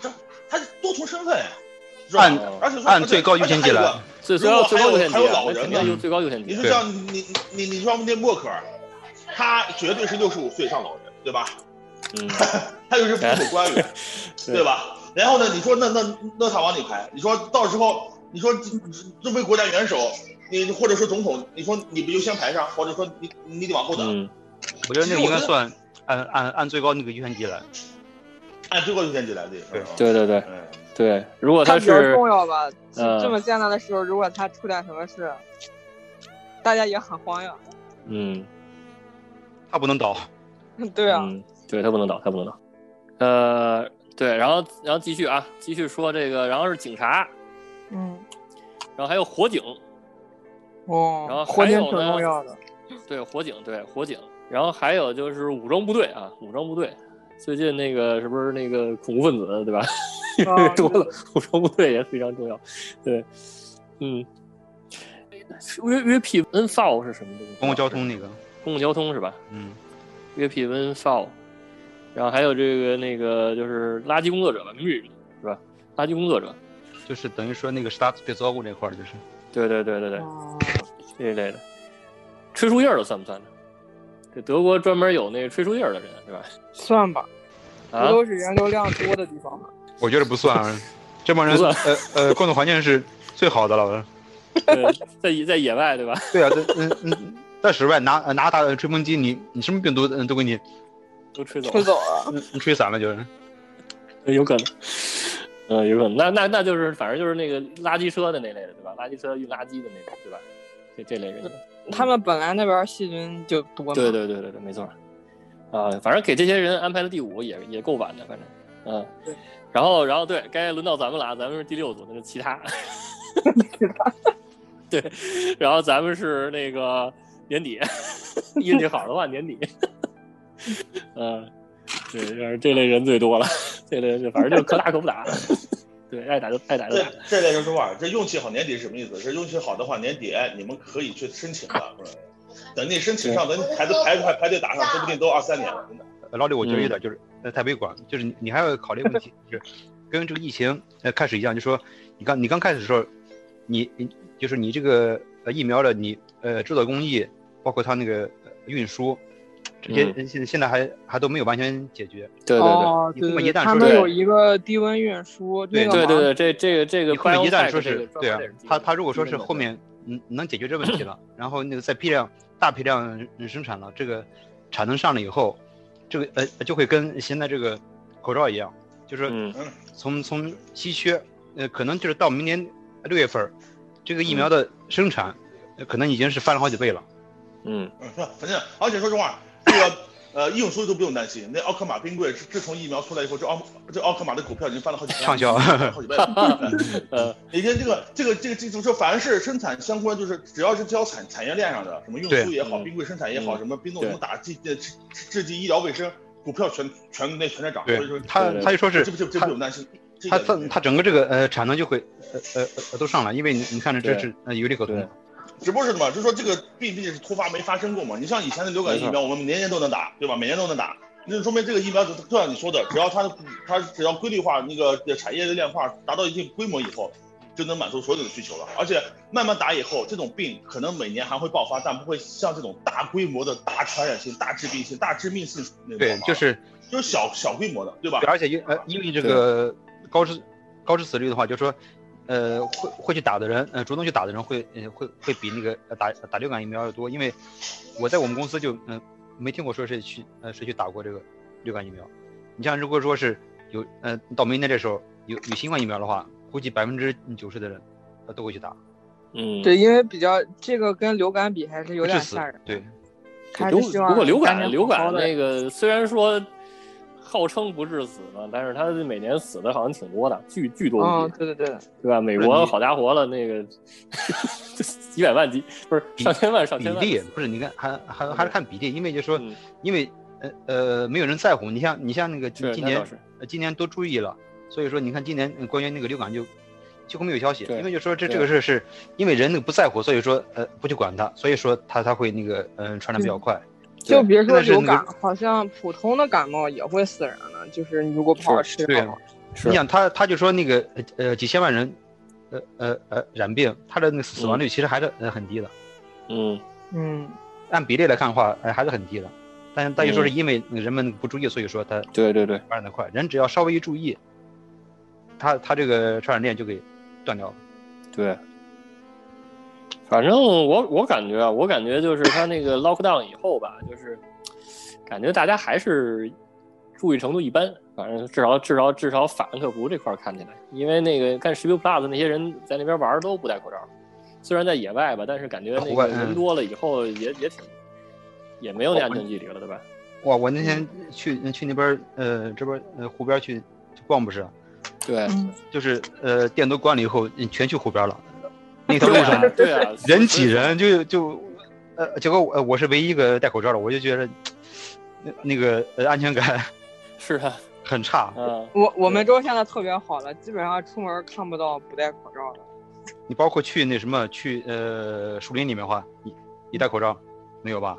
Speaker 4: 这他是多重身份呀、是吧
Speaker 6: 按
Speaker 4: 而且说
Speaker 6: 按最高优先级来。
Speaker 4: 而且还有一个
Speaker 3: 最
Speaker 4: 如
Speaker 3: 高
Speaker 4: 果
Speaker 3: 最
Speaker 4: 还
Speaker 3: 高优先
Speaker 4: 有
Speaker 3: 级
Speaker 4: 还有
Speaker 3: 啊，
Speaker 4: 老
Speaker 3: 那
Speaker 4: 人
Speaker 3: 肯定
Speaker 4: 呢
Speaker 3: 有最高优先级
Speaker 4: 你
Speaker 3: 啊。
Speaker 4: 说像你你你你说那默克尔，他绝对是六十五岁以上老人，对吧？
Speaker 3: 嗯，
Speaker 4: 他又是政府官 员，对吧？然后呢，你说那那那他往里排，你说到时候你说这这位国家元首，你或者说总统，你说你不优先排上，或者说你你得往后等，
Speaker 3: 嗯，
Speaker 6: 我觉得那个
Speaker 4: 其实我
Speaker 6: 应该
Speaker 4: 觉得
Speaker 6: 算按按按最高那个优先级来。
Speaker 4: 按最高优先级来对。
Speaker 6: 对
Speaker 4: 嗯
Speaker 3: 对对对
Speaker 4: 嗯。
Speaker 3: 对，如果
Speaker 5: 他
Speaker 3: 他
Speaker 5: 比较
Speaker 3: 是
Speaker 5: 重要吧？
Speaker 3: 嗯
Speaker 5: 这么艰难的时候，如果他出点什么事，大家也很慌呀。
Speaker 3: 嗯
Speaker 6: 他不能倒，
Speaker 5: 对啊，
Speaker 3: 嗯，对他不能倒，他不能倒。呃，对，然后然后继续啊，继续说这个，然后是警察，
Speaker 5: 嗯，
Speaker 3: 然后还有火警，然后
Speaker 5: 哦，
Speaker 3: 还
Speaker 5: 活挺
Speaker 3: 有
Speaker 5: 挺
Speaker 3: 呢
Speaker 5: 重要的。
Speaker 3: 对火警，对火警，然后还有就是武装部队啊，武装部队，最近那个是不是那个恐怖分子对吧？
Speaker 5: 哦
Speaker 3: 多了，武装部队也非常重要，对，嗯。约约 P N f o 是什么东西？
Speaker 6: 公共交通那个，
Speaker 3: 公共交哦通是吧？
Speaker 6: 嗯，
Speaker 3: 约 P N f o 然后还有这个那个就是垃圾工作者吧，秘密人是吧？垃圾工作者，
Speaker 6: 就是等于说那个 start 对招呼那块儿就是。
Speaker 3: 对对对对对，
Speaker 5: 哦
Speaker 3: 这一类的，吹树叶儿的算不算呢？这德国专门有那个吹树叶儿的人是吧？
Speaker 5: 算吧，不
Speaker 3: 啊，
Speaker 5: 都是人流量多的地方吗？
Speaker 6: 我觉得不 算啊，这帮人
Speaker 3: 不
Speaker 6: 呃呃工作环境是最好的了。
Speaker 3: 对在野在野外对吧？
Speaker 6: 对啊，在嗯嗯，在室外拿呃拿大吹风机，你你什么病毒嗯都给你
Speaker 3: 都吹走
Speaker 5: 吹
Speaker 3: 了，
Speaker 5: 走了。
Speaker 6: 嗯吹散了就是。
Speaker 3: 对有可能，嗯，有可能。那那那就是反正就是那个垃圾车的那类的对吧？垃圾车运垃圾的那种对吧？这这类人。
Speaker 5: 他们本来那边细菌就多嘛，
Speaker 3: 对对对对对，没错。啊，反正给这些人安排的第五也也够晚的，反正，嗯
Speaker 5: 对。
Speaker 3: 然后，然后对该轮到咱们了啊，咱们是第六组，那就其他。
Speaker 5: 其他
Speaker 3: 对，然后咱们是那个年底，运气好的话年底。嗯，对，就是这类人最多了，这类人就反正就是可打可不打， 对，爱打就爱打就
Speaker 4: 这
Speaker 3: 打。
Speaker 4: 这来说实话，这运气好年底是什么意思？是运气好的话，年底哎你们可以去申请了。是吧等你申请上，等你排队排排排队打上，说不定都二三年了，真的。
Speaker 6: 呃老李，我觉得
Speaker 3: 嗯
Speaker 6: 有点就是呃太悲观，就是你你还要考虑问题，就是跟这个疫情呃开始一样，就说你刚你刚开始的时候，你你就是你这个呃疫苗的你呃制造工艺，包括它那个运输，这些现现在还还都没有完全解决。
Speaker 3: 对对对。
Speaker 5: 哦，
Speaker 6: 你
Speaker 5: 对
Speaker 6: 不
Speaker 5: 对
Speaker 6: 管一
Speaker 5: 对，
Speaker 6: 旦
Speaker 5: 他
Speaker 6: 说
Speaker 5: 们
Speaker 3: 是
Speaker 5: 有一个低温运输，
Speaker 6: 对
Speaker 5: 那个
Speaker 3: 对对
Speaker 5: 好
Speaker 3: 对，
Speaker 5: 像
Speaker 3: 这这个这个
Speaker 6: 你后面一旦
Speaker 3: biotech
Speaker 6: 说
Speaker 3: 这个
Speaker 6: 是
Speaker 3: 专
Speaker 6: 对
Speaker 3: 门
Speaker 6: 啊
Speaker 3: 得是，
Speaker 6: 他他如果说是
Speaker 3: 基本的
Speaker 6: 后面能能解决这问题了，然后那个再批量大批量生产了，这个产能上了以后，这个呃就会跟现在这个口罩一样，就是说
Speaker 3: 嗯
Speaker 6: 从从稀缺，呃可能就是到明年六月份儿，这个疫苗的生产、呃可能已经是翻了好几倍了。
Speaker 3: 嗯
Speaker 4: 嗯，是吧反正而且说实话，这个呃运输都不用担心。那奥克玛冰柜是自从疫苗出来以后，这奥这奥克玛的股票已经翻了好几倍了
Speaker 6: 畅销
Speaker 4: 翻 了好几倍了。
Speaker 3: 呃
Speaker 4: 你看这个这个这个这就是凡是生产相关，就是只要是交产产业链上的，什么运输也好，
Speaker 3: 对嗯
Speaker 4: 冰柜生产也好，
Speaker 3: 嗯
Speaker 4: 什么冰冻
Speaker 3: 对
Speaker 4: 什么打制呃制制剂医疗卫生，股票全全那全在涨。所
Speaker 6: 对
Speaker 4: 以说
Speaker 6: 他
Speaker 3: 对对
Speaker 6: 他就说是
Speaker 4: 这不这不这
Speaker 6: 他
Speaker 4: 不用担心。这
Speaker 6: 它
Speaker 4: 个
Speaker 6: 它它整个这个呃产能就会呃呃呃都上来，因为你你看着这
Speaker 3: 对
Speaker 6: 是呃有利可图
Speaker 3: 对
Speaker 6: 嘛。
Speaker 4: 只不过是什么？就是说这个毕竟是突发没发生过嘛。你像以前的流感疫苗，我们年年都能打，对吧？每年都能打，那就说明这个疫苗就就像你说的，只要它它只要规律化那个产业链化达到一定规模以后，就能满足所有的需求了。而且慢慢打以后，这种病可能每年还会爆发，但不会像这种大规模的大传染性、大致病性、大致命性那种爆
Speaker 6: 对，
Speaker 4: 发
Speaker 6: 就是
Speaker 4: 就是小小规模的，对吧？
Speaker 6: 对而且因呃，因为这个高致高致死率的话，就是说，呃，会会去打的人，呃，主动去打的人会，呃，会会比那个呃打打流感疫苗要多。因为我在我们公司就，嗯、没听过说谁去，呃，谁去打过这个流感疫苗。你像如果说是有，呃，到明年这时候有有新冠疫苗的话，估计百分之九十的人，呃，都会去打，
Speaker 3: 嗯，
Speaker 5: 对，因为比较这个跟流感比还是有
Speaker 6: 不致
Speaker 5: 点
Speaker 6: 死
Speaker 5: 吓人。。
Speaker 6: 对，
Speaker 5: 还
Speaker 3: 流
Speaker 5: 是希望
Speaker 3: 不过流
Speaker 5: 赶
Speaker 3: 感
Speaker 5: 紧
Speaker 3: 流
Speaker 5: 好好
Speaker 3: 感
Speaker 5: 地
Speaker 3: 那个虽然说号称不致死嘛，但是它每年死的好像挺多的，巨巨多无
Speaker 5: 嗯
Speaker 3: 比，，
Speaker 5: 对对对，
Speaker 3: 对吧？美
Speaker 6: 不是
Speaker 3: 国
Speaker 6: 你
Speaker 3: 好家伙了，那 个 几百万级不是上千万上
Speaker 6: 比
Speaker 3: 千万
Speaker 6: 例不是你看，还还还是看比例，因为就是说，
Speaker 3: 嗯
Speaker 6: 因为呃呃，没有人在乎。你像你像那个今
Speaker 3: 是
Speaker 6: 今
Speaker 3: 那
Speaker 6: 年
Speaker 3: 倒是
Speaker 6: 呃，今年多注意了，所以说你看今年呃关于那个流感就几乎没有消息，
Speaker 3: 对
Speaker 6: 因为就说这
Speaker 3: 对
Speaker 6: 这个事是因为人那个不在乎，所以说呃不去管它，所以说它它会那个嗯、呃传染比较快。
Speaker 5: 就别说
Speaker 6: 但是
Speaker 5: 流
Speaker 6: 那个
Speaker 5: 感，好像普通的感冒也会死人的，就是你如果不好好吃
Speaker 6: 对啊
Speaker 5: 的话，
Speaker 3: 是
Speaker 6: 你想他他就说那个呃呃几千万人，呃呃呃染病，他的那个死亡率其实还是、呃很低的，
Speaker 3: 嗯
Speaker 5: 嗯，
Speaker 6: 按比例来看的话，呃还是很低的。但是但就说
Speaker 3: 嗯
Speaker 6: 是因为人们不注意，所以说它
Speaker 3: 对对对
Speaker 6: 传染的快。人只要稍微一注意，他他这个传染链就给断掉了。
Speaker 3: 对。反正我我感觉啊，我感觉就是它那个 lockdown 以后吧，就是感觉大家还是注意程度一般。反正至少至少至少法兰克福这块儿看起来，因为那个看 s h i b Plus 那些人在那边玩儿都不戴口罩，虽然在野外吧，但是感觉那
Speaker 6: 户外
Speaker 3: 个
Speaker 6: 嗯
Speaker 3: 人多了以后也也挺也没有那安全距离了，对吧？
Speaker 6: 嗯哇，我那天去去那边儿呃这边儿呃湖边儿去去逛不是，
Speaker 3: 对啊
Speaker 6: 就是呃店都关了以后，嗯全去湖边了。那条路
Speaker 3: 对
Speaker 6: 上
Speaker 3: 啊，对啊，
Speaker 6: 人挤人就就，呃，结果我呃我是唯一一个戴口罩的，我就觉得那那个呃安全感
Speaker 3: 是啊，
Speaker 6: 很差。
Speaker 3: 嗯，
Speaker 5: 我我们州现在特别好了，基本上出门看不到不戴口罩的。
Speaker 6: 你包括去那什么去呃树林里面的话，你你戴口罩没有吧？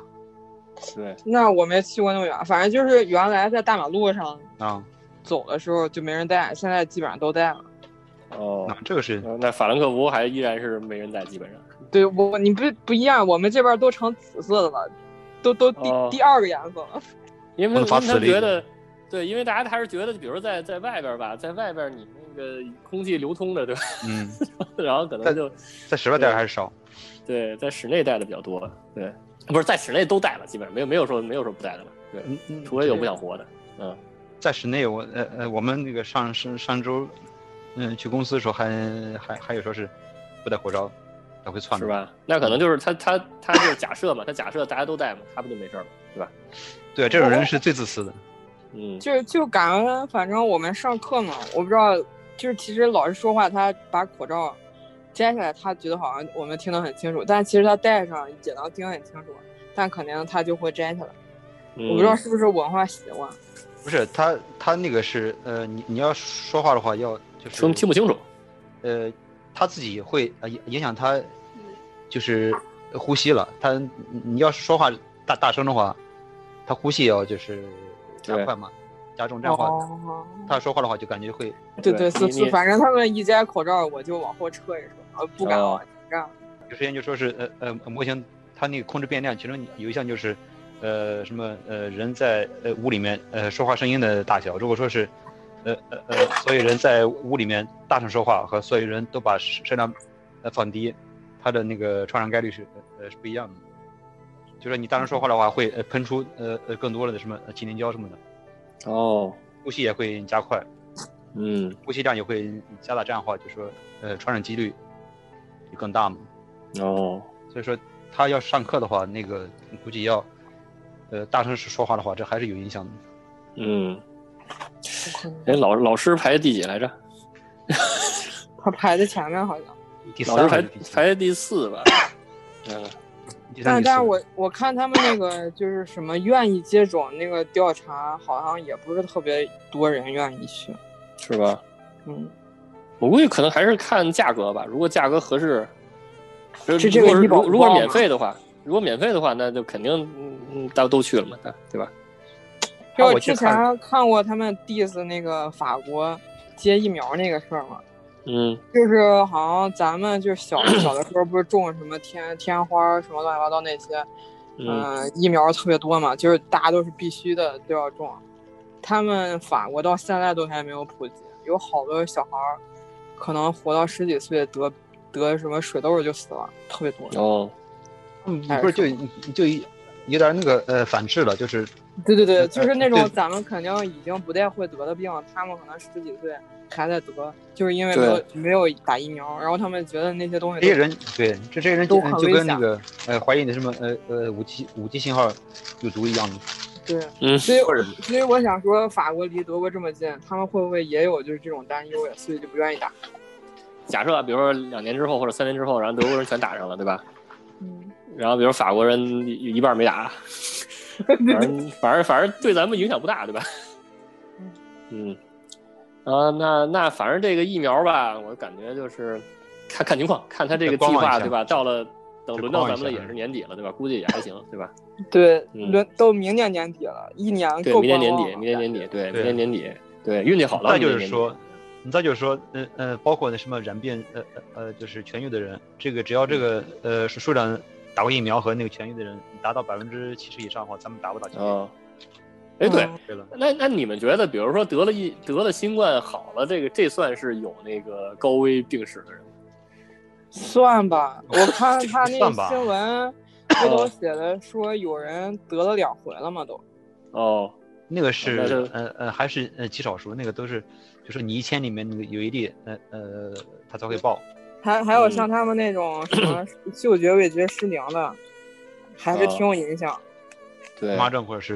Speaker 3: 对，
Speaker 5: 那我没去过那么远，反正就是原来在大马路上
Speaker 6: 啊，
Speaker 5: 走的时候就没人戴，现在基本上都戴了。
Speaker 3: 哦
Speaker 6: 那、，这个是嗯
Speaker 3: 呃那法兰克福还依然是没人在，基本上。
Speaker 5: 对我你不不一样，我们这边都成紫色的了，都都第、
Speaker 3: 哦
Speaker 5: 第二个颜色了。
Speaker 3: 因为因
Speaker 6: 我都
Speaker 3: 为
Speaker 6: 发
Speaker 3: 他
Speaker 6: 紫了已
Speaker 3: 觉
Speaker 6: 经
Speaker 3: 得，对，因为大家还是觉得，比如说在在外边儿吧，在外边儿你那个空气流通的，对吧？
Speaker 6: 嗯，
Speaker 3: 然后可能
Speaker 6: 但
Speaker 3: 就
Speaker 6: 在室外戴还是少。
Speaker 3: 对在室内戴的比较多，对，不是在室内都戴了，基本上没有没有说没有说不戴的了，对，
Speaker 6: 嗯嗯，
Speaker 3: 除非有不想活的，嗯，
Speaker 6: 在室内我呃呃我们那个上上上周嗯去公司的时候还还还有说是不戴口罩，还会窜
Speaker 3: 是
Speaker 6: 的？
Speaker 3: 吧？那
Speaker 5: 嗯
Speaker 3: 可能就是他他他就是假设嘛，他假设大家都戴嘛，他不就没事儿了，对吧？
Speaker 6: 对，这种人是最自私的。
Speaker 3: 嗯，
Speaker 5: 就就感恩，反正我们上课嘛，我不知道，就是其实老师说话，他把口罩摘下来，他觉得好像我们听得很清楚，但其实他戴上也能听得很清楚，但肯定他就会摘下来。
Speaker 3: 嗯
Speaker 5: 我不知道是不是文化习惯。
Speaker 6: 不是他，他那个是呃，你你要说话的话，要就是
Speaker 3: 听听不清楚，
Speaker 6: 呃，他自己会呃影影响他，就是呼吸了。他你你要是说话大大声的话，他呼吸也要就是加
Speaker 3: 对
Speaker 6: 快嘛，加重这样的话，
Speaker 5: 哦，
Speaker 6: 他说话的话就感觉会
Speaker 5: 对对，
Speaker 3: 你
Speaker 5: 是
Speaker 3: 你
Speaker 5: 是，反正他们一摘口罩，我就往后撤一撤，呃，不敢
Speaker 3: 哦
Speaker 5: 往前站。
Speaker 6: 有时间就说是呃呃模型它那个控制变量，其中有一项就是呃什么呃人在呃屋里面呃说话声音的大小，如果说是呃呃呃所有人在屋里面大声说话和所有人都把声量呃放低，它的那个传染概率是呃是不一样的。就是你大声说话的话，会呃喷出呃呃更多的什么呃气凝胶什么的，
Speaker 3: 哦，
Speaker 6: 呼吸也会加快，
Speaker 3: 嗯，
Speaker 6: 呼吸量也会加大。这样的话，就说呃传染几率就更大嘛。
Speaker 3: 哦，
Speaker 6: 所以说他要上课的话，那个估计要，呃，大声说话的话，这还是有影响的。
Speaker 3: 嗯，哎，老老师排第几来着？
Speaker 5: 他排在前面好像。
Speaker 6: 第
Speaker 3: 老师
Speaker 6: 三
Speaker 3: 排
Speaker 6: 还是第四
Speaker 3: 排第四 吧？嗯，
Speaker 6: 第三
Speaker 5: 但
Speaker 6: 第四
Speaker 5: 但是我我看他们那个就是什么愿意接种那个调查，好像也不是特别多人愿意去。
Speaker 3: 是吧？
Speaker 5: 嗯，
Speaker 3: 我估计可能还是看价格吧。如果价格合适，如
Speaker 5: 这
Speaker 3: 如果
Speaker 5: 这个
Speaker 3: 是
Speaker 5: 医保
Speaker 3: 如如果是
Speaker 5: 包吗
Speaker 3: 免费的话，如果免费的话，那就肯定嗯嗯大家都去了嘛，对吧？
Speaker 5: 就
Speaker 6: 啊
Speaker 5: 我
Speaker 6: 我去
Speaker 5: 之
Speaker 6: 看
Speaker 5: 前看过他们 diss 那个法国接疫苗那个事儿嘛，
Speaker 3: 嗯
Speaker 5: 就是好像咱们就小小的时候不是种什么天天花儿什么乱七八糟那些，
Speaker 3: 嗯
Speaker 5: 呃，疫苗特别多嘛，就是大家都是必须的都要种。他们法国到现在都还没有普及，有好多小孩儿可能活到十几岁得得什么水痘就死了，特别多。
Speaker 3: 哦
Speaker 6: 嗯你不是就你你就有点那个呃反制了，就是
Speaker 5: 对对对，
Speaker 6: 呃
Speaker 5: 就是那种
Speaker 6: 对
Speaker 5: 咱们肯定已经不太会得的病，他们可能十几岁还在得，就是因为没
Speaker 3: 对
Speaker 5: 有没有打疫苗，然后他们觉得那些东西
Speaker 6: 这
Speaker 5: 都
Speaker 6: 些人对这这些人就
Speaker 5: 都很
Speaker 6: 就
Speaker 5: 危
Speaker 6: 跟
Speaker 5: 险
Speaker 6: 那个呃怀疑你的什么呃呃五 G 五 G 信号有毒一样的。
Speaker 5: 对，
Speaker 3: 嗯
Speaker 5: 所以
Speaker 6: 或者
Speaker 5: 所以我想说，法国离德国这么近，他们会不会也有就是这种担忧呀？所以就不愿意打。
Speaker 3: 假设啊比如说两年之后或者三年之后，然后德国人全打上了，对吧？
Speaker 5: 嗯，
Speaker 3: 然后比如法国人一一半没打，反正反正反正对咱们影响不大，对吧？嗯，啊，那那反正这个疫苗吧，我感觉就是看看情况，看他这个
Speaker 6: 再
Speaker 3: 计
Speaker 6: 观望一
Speaker 3: 划
Speaker 6: 下
Speaker 3: 对吧？到了等
Speaker 6: 再
Speaker 3: 轮到
Speaker 6: 观
Speaker 3: 咱
Speaker 6: 望一
Speaker 3: 们了
Speaker 6: 下
Speaker 3: 也是年底了对吧？估计也还行对吧？
Speaker 5: 对，
Speaker 3: 嗯
Speaker 5: 轮到明年年底了，一年
Speaker 3: 对，
Speaker 5: 够啊
Speaker 3: 明年年
Speaker 5: 观望
Speaker 3: 底，
Speaker 5: 了
Speaker 3: 明年年底，对，明
Speaker 6: 对
Speaker 3: 年年底，对，运气好了，
Speaker 6: 再就
Speaker 3: 明
Speaker 6: 是
Speaker 3: 年年底
Speaker 6: 说，，再就是说，呃呃，包括那什么染病，呃呃呃，就是痊愈的人，这个只要这个呃数数量打过疫苗和那个痊愈的人达到百分之七十以上的话，咱们打不打就
Speaker 3: 嗯，哎，对，
Speaker 5: 嗯
Speaker 6: 对了。
Speaker 3: 那那你们觉得，比如说得了一得了新冠好了，这个这算是有那个高危病史的人吗？
Speaker 5: 算吧。我看他那
Speaker 6: 算
Speaker 5: 个
Speaker 6: 吧
Speaker 5: 新 闻不都写的说有人得了两回了嘛都。
Speaker 3: 哦，
Speaker 6: 那个
Speaker 3: 那就是
Speaker 6: 呃呃还是呃极少数，那个都是就说你一千里面那个有一例，呃呃，他才会报。
Speaker 5: 还还有
Speaker 3: 嗯
Speaker 5: 像他们那种什么 嗅觉味觉失灵的，还是
Speaker 3: 啊
Speaker 5: 挺有影响。
Speaker 3: 对
Speaker 6: 麻疹或者是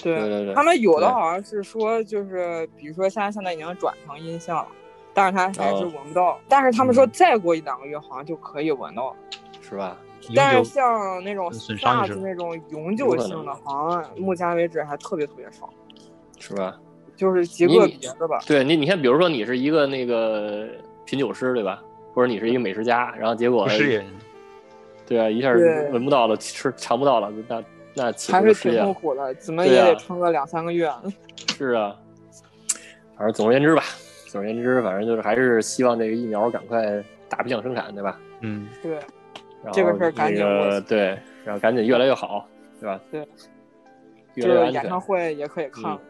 Speaker 5: 对
Speaker 3: 对对对
Speaker 5: 他们有的
Speaker 3: 对
Speaker 5: 好像是说，就是比如说现在现在已经转成音像了，但是他还是
Speaker 3: 哦
Speaker 5: 闻不到。但是他们说
Speaker 6: 嗯
Speaker 5: 再过一两个月好像就可以闻到了。
Speaker 3: 是吧？
Speaker 5: 但
Speaker 6: 永
Speaker 5: 是
Speaker 6: 久
Speaker 5: 像那
Speaker 3: 呃
Speaker 5: 种
Speaker 6: 损伤也是
Speaker 5: SARS 那种永
Speaker 3: 有
Speaker 5: 久
Speaker 3: 可
Speaker 5: 性的，
Speaker 3: 能嗯
Speaker 5: 好像目前为止还特别特别少，
Speaker 3: 是吧？
Speaker 5: 就是极
Speaker 3: 你
Speaker 5: 个
Speaker 3: 你
Speaker 5: 别的吧。
Speaker 3: 对你，你看，比如说你是一个那个品酒师，对吧？或者你是一个美食家，然后结果
Speaker 6: 不适应。
Speaker 3: 对啊，一下
Speaker 5: 对
Speaker 3: 闻不到了，吃尝不到了，那那岂
Speaker 5: 还
Speaker 3: 不
Speaker 5: 是
Speaker 3: 是失
Speaker 5: 挺
Speaker 3: 业
Speaker 5: 痛
Speaker 3: 了？
Speaker 5: 苦的，怎么
Speaker 3: 对
Speaker 5: 也
Speaker 3: 呀
Speaker 5: 得撑个两三个月。
Speaker 3: 是啊，反正总而言之吧，总而言之，反正就是还是希望这个疫苗赶快大批量生产，对吧？
Speaker 6: 嗯，
Speaker 5: 对，
Speaker 3: 然后
Speaker 5: 这个事儿赶紧
Speaker 3: 那个
Speaker 5: 过去
Speaker 3: 对，然后赶紧越来越好，对吧？
Speaker 5: 对，
Speaker 3: 越
Speaker 5: 就
Speaker 3: 来越
Speaker 5: 是
Speaker 3: 安
Speaker 5: 演
Speaker 3: 全
Speaker 5: 唱。会也可以看
Speaker 3: 嗯
Speaker 5: 了，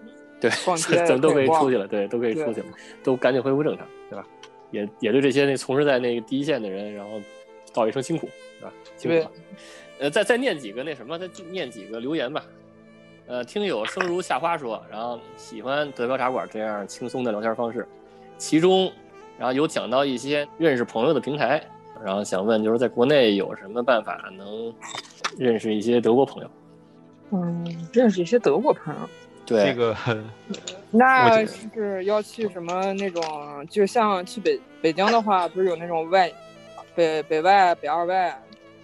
Speaker 3: 对，
Speaker 5: 逛街
Speaker 3: 咱们都可以
Speaker 5: 可以逛
Speaker 3: 出去了，对，都可以出去了，都赶紧恢复正常，对吧？也也对这些那从事在那个第一线的人，然后道一声辛苦，对吧？辛苦了。呃，再再念几个那什么，再念几个留言吧。呃，听友生如夏花说，然后喜欢德标茶馆这样轻松的聊天方式，其中然后有讲到一些认识朋友的平台，然后想问就是在国内有什么办法能认识一些德国朋友？
Speaker 5: 嗯，认识一些德国朋友。
Speaker 3: 对，
Speaker 6: 这个我
Speaker 5: 那
Speaker 6: 觉得
Speaker 5: 是要去什么那种，就像去北北京的话，不是有那种外北北外、啊北二外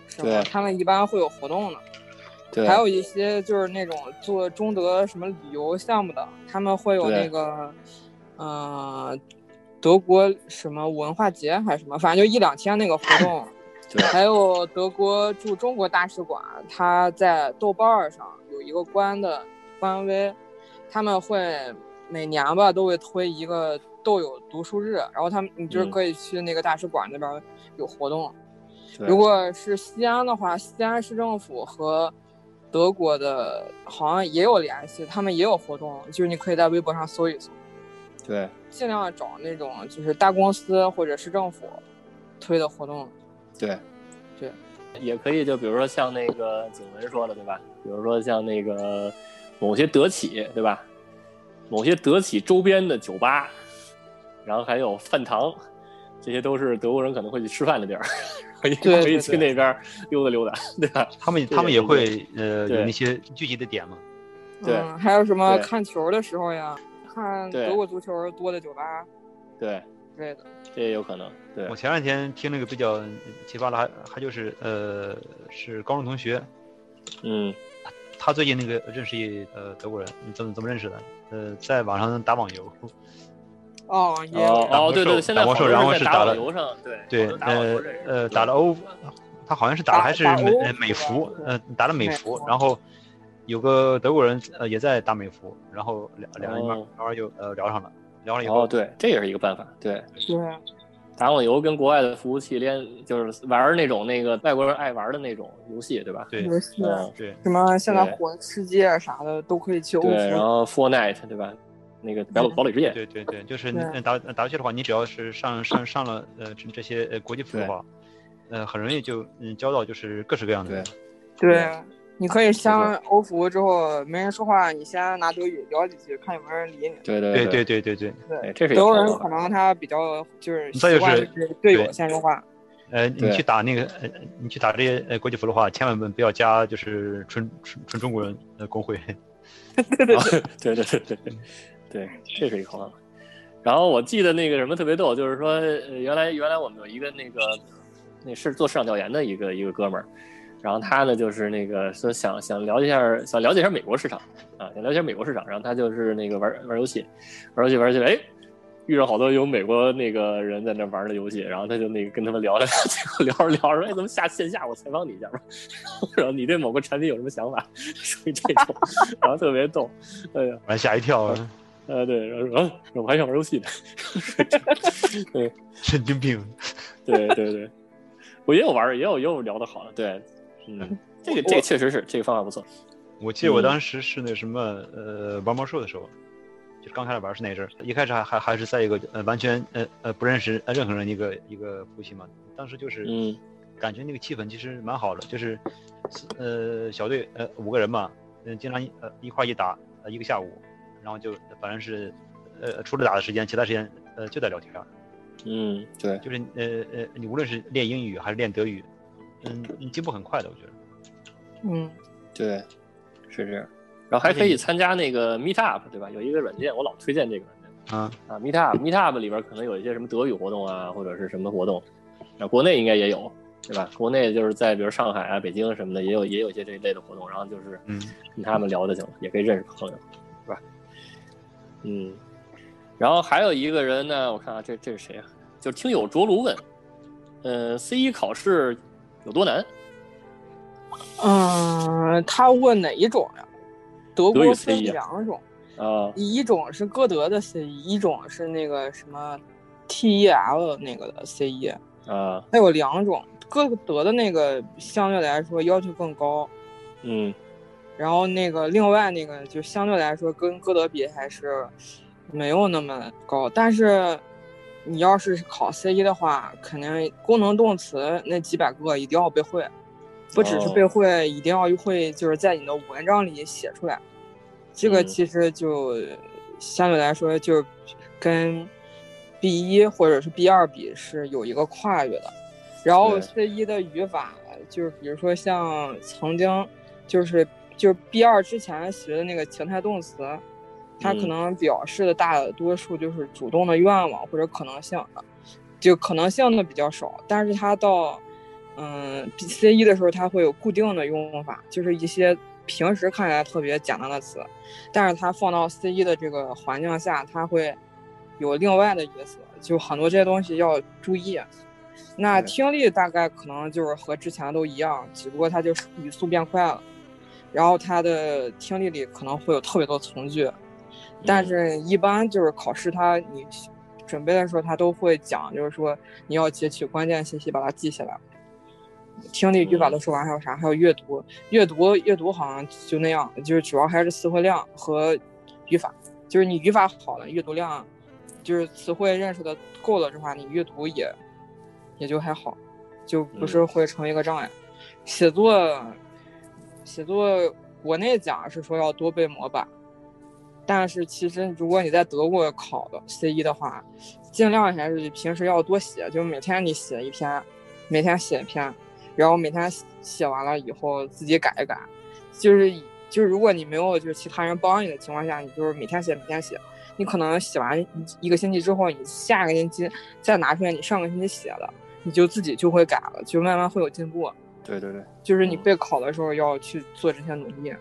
Speaker 5: 什么，
Speaker 3: 对
Speaker 5: 他们一般会有活动的。
Speaker 3: 对，
Speaker 5: 还有一些就是那种做中德什么旅游项目的，他们会有
Speaker 3: 对
Speaker 5: 那个，呃，德国什么文化节还是什么，反正就一两天那个活动。
Speaker 3: 对
Speaker 5: 还有德国驻中国大使馆，它在豆瓣儿上有一个官的官微，他们会每年吧都会推一个豆友读书日，然后他们你就是
Speaker 3: 嗯
Speaker 5: 可以去那个大使馆那边有活动。
Speaker 3: 对
Speaker 5: 如果是西安的话，西安市政府和德国的好像也有联系，他们也有活动，就是你可以在微博上搜一搜，
Speaker 1: 对，
Speaker 5: 尽量找那种就是大公司或者市政府推的活动。
Speaker 1: 对，
Speaker 3: 也可以就比如说像那个景文说的，对吧？比如说像那个某些德企，对吧？某些德企周边的酒吧，然后还有饭堂，这些都是德国人可能会去吃饭的地儿， 可以
Speaker 5: 对
Speaker 3: 可以
Speaker 5: 对
Speaker 3: 去那边儿溜达溜达，对吧？
Speaker 6: 他们
Speaker 3: 对
Speaker 6: 他们也
Speaker 3: 对
Speaker 6: 会呃
Speaker 3: 对
Speaker 6: 有那些聚集的点嘛。
Speaker 3: 对
Speaker 5: 嗯，还有什么
Speaker 3: 对
Speaker 5: 看球的时候呀，看
Speaker 3: 对
Speaker 5: 德国足球多的酒吧
Speaker 3: 对，
Speaker 5: 之类的。
Speaker 3: 这也有可能。对
Speaker 6: 我，前两天听那个比较奇葩的，还还就是呃是高中同学，
Speaker 3: 嗯
Speaker 6: 他最近那个认识一呃德国人，你怎么怎么认识的？呃，在网上打网游，
Speaker 5: 哦，也有
Speaker 3: 哦
Speaker 6: 打魔
Speaker 3: 哦，对对
Speaker 6: 兽
Speaker 3: 对，现在
Speaker 6: 打魔
Speaker 3: 好
Speaker 6: 兽
Speaker 3: 多人
Speaker 6: 然后
Speaker 3: 在
Speaker 6: 是
Speaker 3: 打
Speaker 6: 打
Speaker 3: 网
Speaker 6: 了
Speaker 3: 游上，对
Speaker 6: 对
Speaker 3: 好多，打网游
Speaker 6: 呃
Speaker 3: 这人
Speaker 6: 呃
Speaker 3: 对
Speaker 6: 打了欧，他好像是打
Speaker 5: 打
Speaker 6: 还是
Speaker 5: 打
Speaker 6: 美
Speaker 5: 欧
Speaker 6: 呃美服
Speaker 5: 服，
Speaker 6: 呃打了美
Speaker 5: 美
Speaker 6: 服
Speaker 5: 服，
Speaker 6: 然后有个德国人呃也在打美服，然后两两人一块
Speaker 3: 哦
Speaker 6: 慢慢就呃聊上了，聊了以
Speaker 3: 哦，
Speaker 6: 后，
Speaker 3: 对，这也是一个办法。对，
Speaker 5: 对，
Speaker 3: 打网游跟国外的服务器连，就是玩那种那个外国人爱玩的那种游戏，对吧？
Speaker 6: 对
Speaker 5: 游戏
Speaker 3: 嗯，
Speaker 6: 对，
Speaker 5: 什么现在
Speaker 3: 对
Speaker 5: 火的世界啊啥的都可以去欧
Speaker 3: 对，然
Speaker 5: 服。
Speaker 3: 后 Fortnite，对吧？那个堡垒堡垒之夜，
Speaker 6: 对对对，就是你
Speaker 5: 对
Speaker 6: 呃打打游戏的话，你只要是上上上了呃这这些呃国际服的
Speaker 1: 对
Speaker 6: 话，呃很容易就嗯交到就是各式各样的人。
Speaker 5: 对，你可以先欧服之后没人说话，你先拿德语聊几句，看有没有人理你。
Speaker 3: 对对对
Speaker 6: 对对对对对，
Speaker 3: 对，哎这是一
Speaker 5: 德
Speaker 3: 个
Speaker 5: 国
Speaker 3: 好
Speaker 5: 人
Speaker 3: 方
Speaker 5: 可
Speaker 3: 法。
Speaker 5: 能他比较就是
Speaker 6: 再
Speaker 5: 习
Speaker 6: 就是
Speaker 5: 惯就是队友
Speaker 6: 对
Speaker 5: 先说话。
Speaker 6: 呃你
Speaker 1: 对
Speaker 6: 去打那个呃你去打这些呃国际服的话，千万不要加就是纯纯纯中国人的工会。
Speaker 3: 对对对对对，对，这是一个好办法。然后我记得那个什么特别逗，就是说，呃原来原来我们有一个那个那是做市场调研的一个一个哥们儿，然后他呢就是那个说想想了解一下想了解一下美国市场啊，想了解一下美国市场，然后他就是那个玩玩游戏，玩游戏玩游戏，哎。遇上好多有美国那个人在那玩的游戏，然后他就那个跟他们聊聊， 结果聊着聊着，哎，咱们下线下我采访你一下吧， 然后你对某个产品有什么想法， 属于这种，然后特别逗，哎呀，
Speaker 6: 把人吓一跳啊，
Speaker 3: 啊，对，然后说啊，我还想玩游戏呢。对
Speaker 6: 神经病。
Speaker 3: 对对对，我也有玩儿，也有也有聊得好的，对，嗯， 这个这个确实是这个方法不错，
Speaker 6: 我记得我
Speaker 3: 嗯
Speaker 6: 当时是那什么呃玩魔兽的时候，就是刚开始玩是那阵儿，一开始还还还是在一个呃完全呃呃不认识呃任何人的一个一个服务器嘛，当时就是
Speaker 3: 嗯
Speaker 6: 感觉那个气氛其实蛮好的，就是呃小队呃五个人嘛，嗯、经常一呃一块儿一打呃一个下午，然后就反正是呃除了打的时间，其他时间呃就在聊天儿，
Speaker 3: 嗯，对，
Speaker 6: 就是呃呃你无论是练英语还是练德语，嗯你进步很快的，我觉得。
Speaker 5: 嗯，
Speaker 3: 对，是这样。然后还可以参加那个 Meetup，对吧？有一个软件，我老推荐这个软件
Speaker 6: 啊，
Speaker 3: 啊，Meetup，Meetup 里边可能有一些什么德语活动啊，或者是什么活动，啊，国内应该也有，对吧？国内就是在比如上海啊、北京什么的，也有也有一些这一类的活动，然后就是
Speaker 6: 嗯，
Speaker 3: 跟他们聊就行了，也可以认识朋友，是吧？嗯，然后还有一个人呢，我看啊，这这是谁啊？就是听友卓卢问，呃，C 一考试有多难？
Speaker 5: 嗯，他问哪一种呀？德
Speaker 3: 德语
Speaker 5: 国
Speaker 3: C
Speaker 5: 分
Speaker 3: 一啊
Speaker 5: 两种，
Speaker 3: 啊、
Speaker 5: 一种是歌德的 C 一，一种是那个什么 TEL 那个的 C 一，
Speaker 3: 啊，
Speaker 5: 它有两种。歌德的那个相对来说要求更高，
Speaker 3: 嗯
Speaker 5: 然后那个另外那个就相对来说跟歌德比还是没有那么高，但是你要是考 C 一的话，肯定功能动词那几百个一定要背会，不只是
Speaker 3: 哦
Speaker 5: 背会，一定要会就是在你的文章里写出来。这个
Speaker 3: 嗯
Speaker 5: 其实就相对来说就跟 B 一或者是 B 二比是有一个跨越的。然后
Speaker 3: 对
Speaker 5: C 一的语法就是比如说像曾经就是就是 B 二之前学的那个情态动词，它可
Speaker 3: 嗯
Speaker 5: 能表示的大多数就是主动的愿望或者可能性的，就可能性的比较少。但是它到嗯 B C 一的时候，它会有固定的用法，就是一些平时看起来特别简单的词，但是它放到 C 一的这个环境下，它会有另外的意思，就很多这些东西要注意。啊那
Speaker 1: 对
Speaker 5: 听力大概可能就是和之前都一样，只不过它就是语速变快了，然后它的听力里可能会有特别多从句，但是一般就是考试它你准备的时候，它都会讲，就是说你要截取关键信息把它记下来。听力、语法都说完，还有啥？还有阅读，阅读阅读好像就那样，就是主要还是词汇量和语法。就是你语法好了，阅读量就是词汇认识的够了的话，你阅读也也就还好，就不是会成为一个障碍。写作写作国内讲是说要多背模板，但是其实如果你在德国考的 C 一的话，尽量还是平时要多写，就每天你写一篇，每天写一篇，然后每天写完了以后自己改一改，就是就是如果你没有就是其他人帮你的情况下，你就是每天写每天写，你可能写完一个星期之后，你下个星期再拿出来你上个星期写的，你就自己就会改了，就慢慢会有进步。
Speaker 3: 对对对，
Speaker 5: 就是你备考的时候要去做这些努力。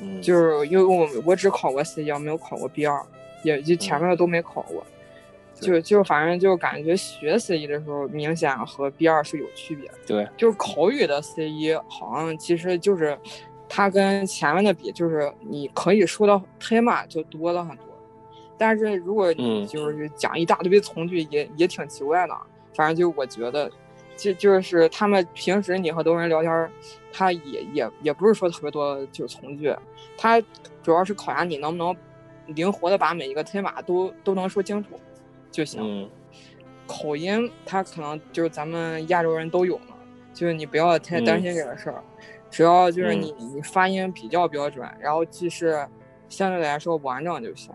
Speaker 3: 嗯，
Speaker 5: 就是因为我我只考过 C 幺，没有考过 B 二，也就前面的都没考过，就就反正就感觉学 C 一的时候明显和 B 二是有区别的。
Speaker 3: 对，
Speaker 5: 就是口语的 C 一好像其实就是它跟前面的比，就是你可以说的黑马就多了很多，但是如果你
Speaker 3: 嗯
Speaker 5: 就是讲一大堆从句也，也、挺奇怪的。反正就我觉得，就就是他们平时你和德国人聊天儿，他也也也不是说特别多就是从句，他主要是考察你能不能灵活的把每一个黑马都都能说清楚就行。
Speaker 3: 嗯
Speaker 5: 口音，它可能就是咱们亚洲人都有嘛，就是你不要太担心这个事儿，只要就是你、你发音比较标准，然后句式相对来说完整就行。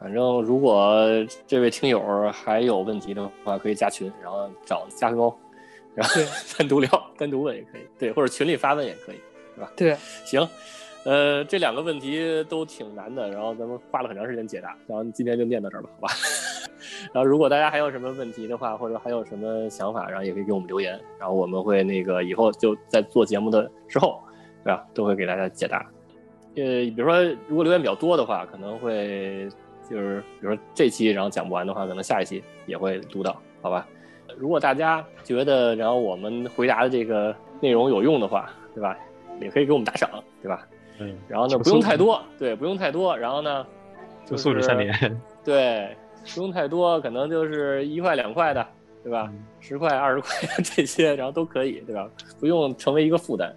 Speaker 3: 反正如果这位听友还有问题的话，可以加群，然后找加个高，然后
Speaker 5: 对
Speaker 3: 单独聊、单独问也可以，对，或者群里发问也可以。
Speaker 5: 对，
Speaker 3: 行，呃，这两个问题都挺难的，然后咱们花了很长时间解答，然后今天就念到这儿吧，好吧？ 然后如果大家还有什么问题的话，或者还有什么想法，然后也可以给我们留言，然后我们会那个以后就在做节目的之后，对吧，都会给大家解答。呃，比如说如果留言比较多的话，可能会就是比如说这期然后讲不完的话，可能下一期也会读到，好吧？如果大家觉得然后我们回答的这个内容有用的话，对吧？也可以给我们打赏，对吧？
Speaker 6: 嗯，
Speaker 3: 然后呢，
Speaker 6: 求
Speaker 3: 不用
Speaker 6: 素
Speaker 3: 太多，对，不用太多。然后呢，
Speaker 6: 就素质
Speaker 3: 是
Speaker 6: 三连，
Speaker 3: 对，不用太多，可能就是一块两块的，对吧
Speaker 6: 嗯？
Speaker 3: 十块、二十块啊这些，然后都可以，对吧？不用成为一个负担。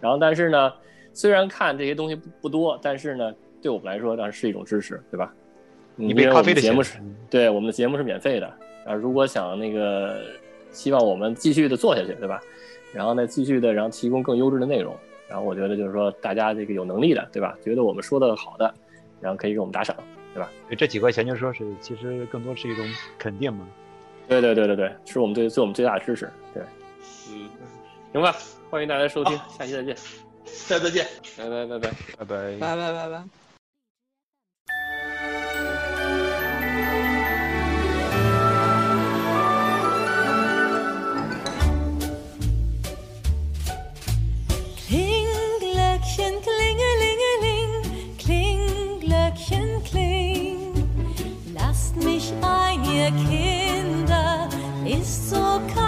Speaker 3: 然后，但是呢，虽然看这些东西不不多，但是呢，对我们来说，当然是一种支持，对吧？嗯
Speaker 6: 一
Speaker 3: 你
Speaker 6: 杯咖啡的
Speaker 3: 节
Speaker 6: 钱
Speaker 3: 目是，对，我们的节目是免费的。啊，如果想那个，希望我们继续的做下去，对吧？然后呢，继续的，然后提供更优质的内容。然后我觉得就是说，大家这个有能力的，对吧？觉得我们说的好的，然后可以给我们打赏。
Speaker 6: 对这几块钱就说是其实更多是一种肯定嘛。
Speaker 3: 对对对对对，是我们对对我们最大的支持。对，嗯，行吧，欢迎大家收听，下期再见，
Speaker 4: 大家再见。
Speaker 3: 拜拜拜拜。
Speaker 6: 拜拜。
Speaker 5: 拜拜拜拜。
Speaker 7: Kling, Glöckchen, klingelingeling, kling, Glöckchen, kling. Lasst mich ein, ihr Kinder, ist so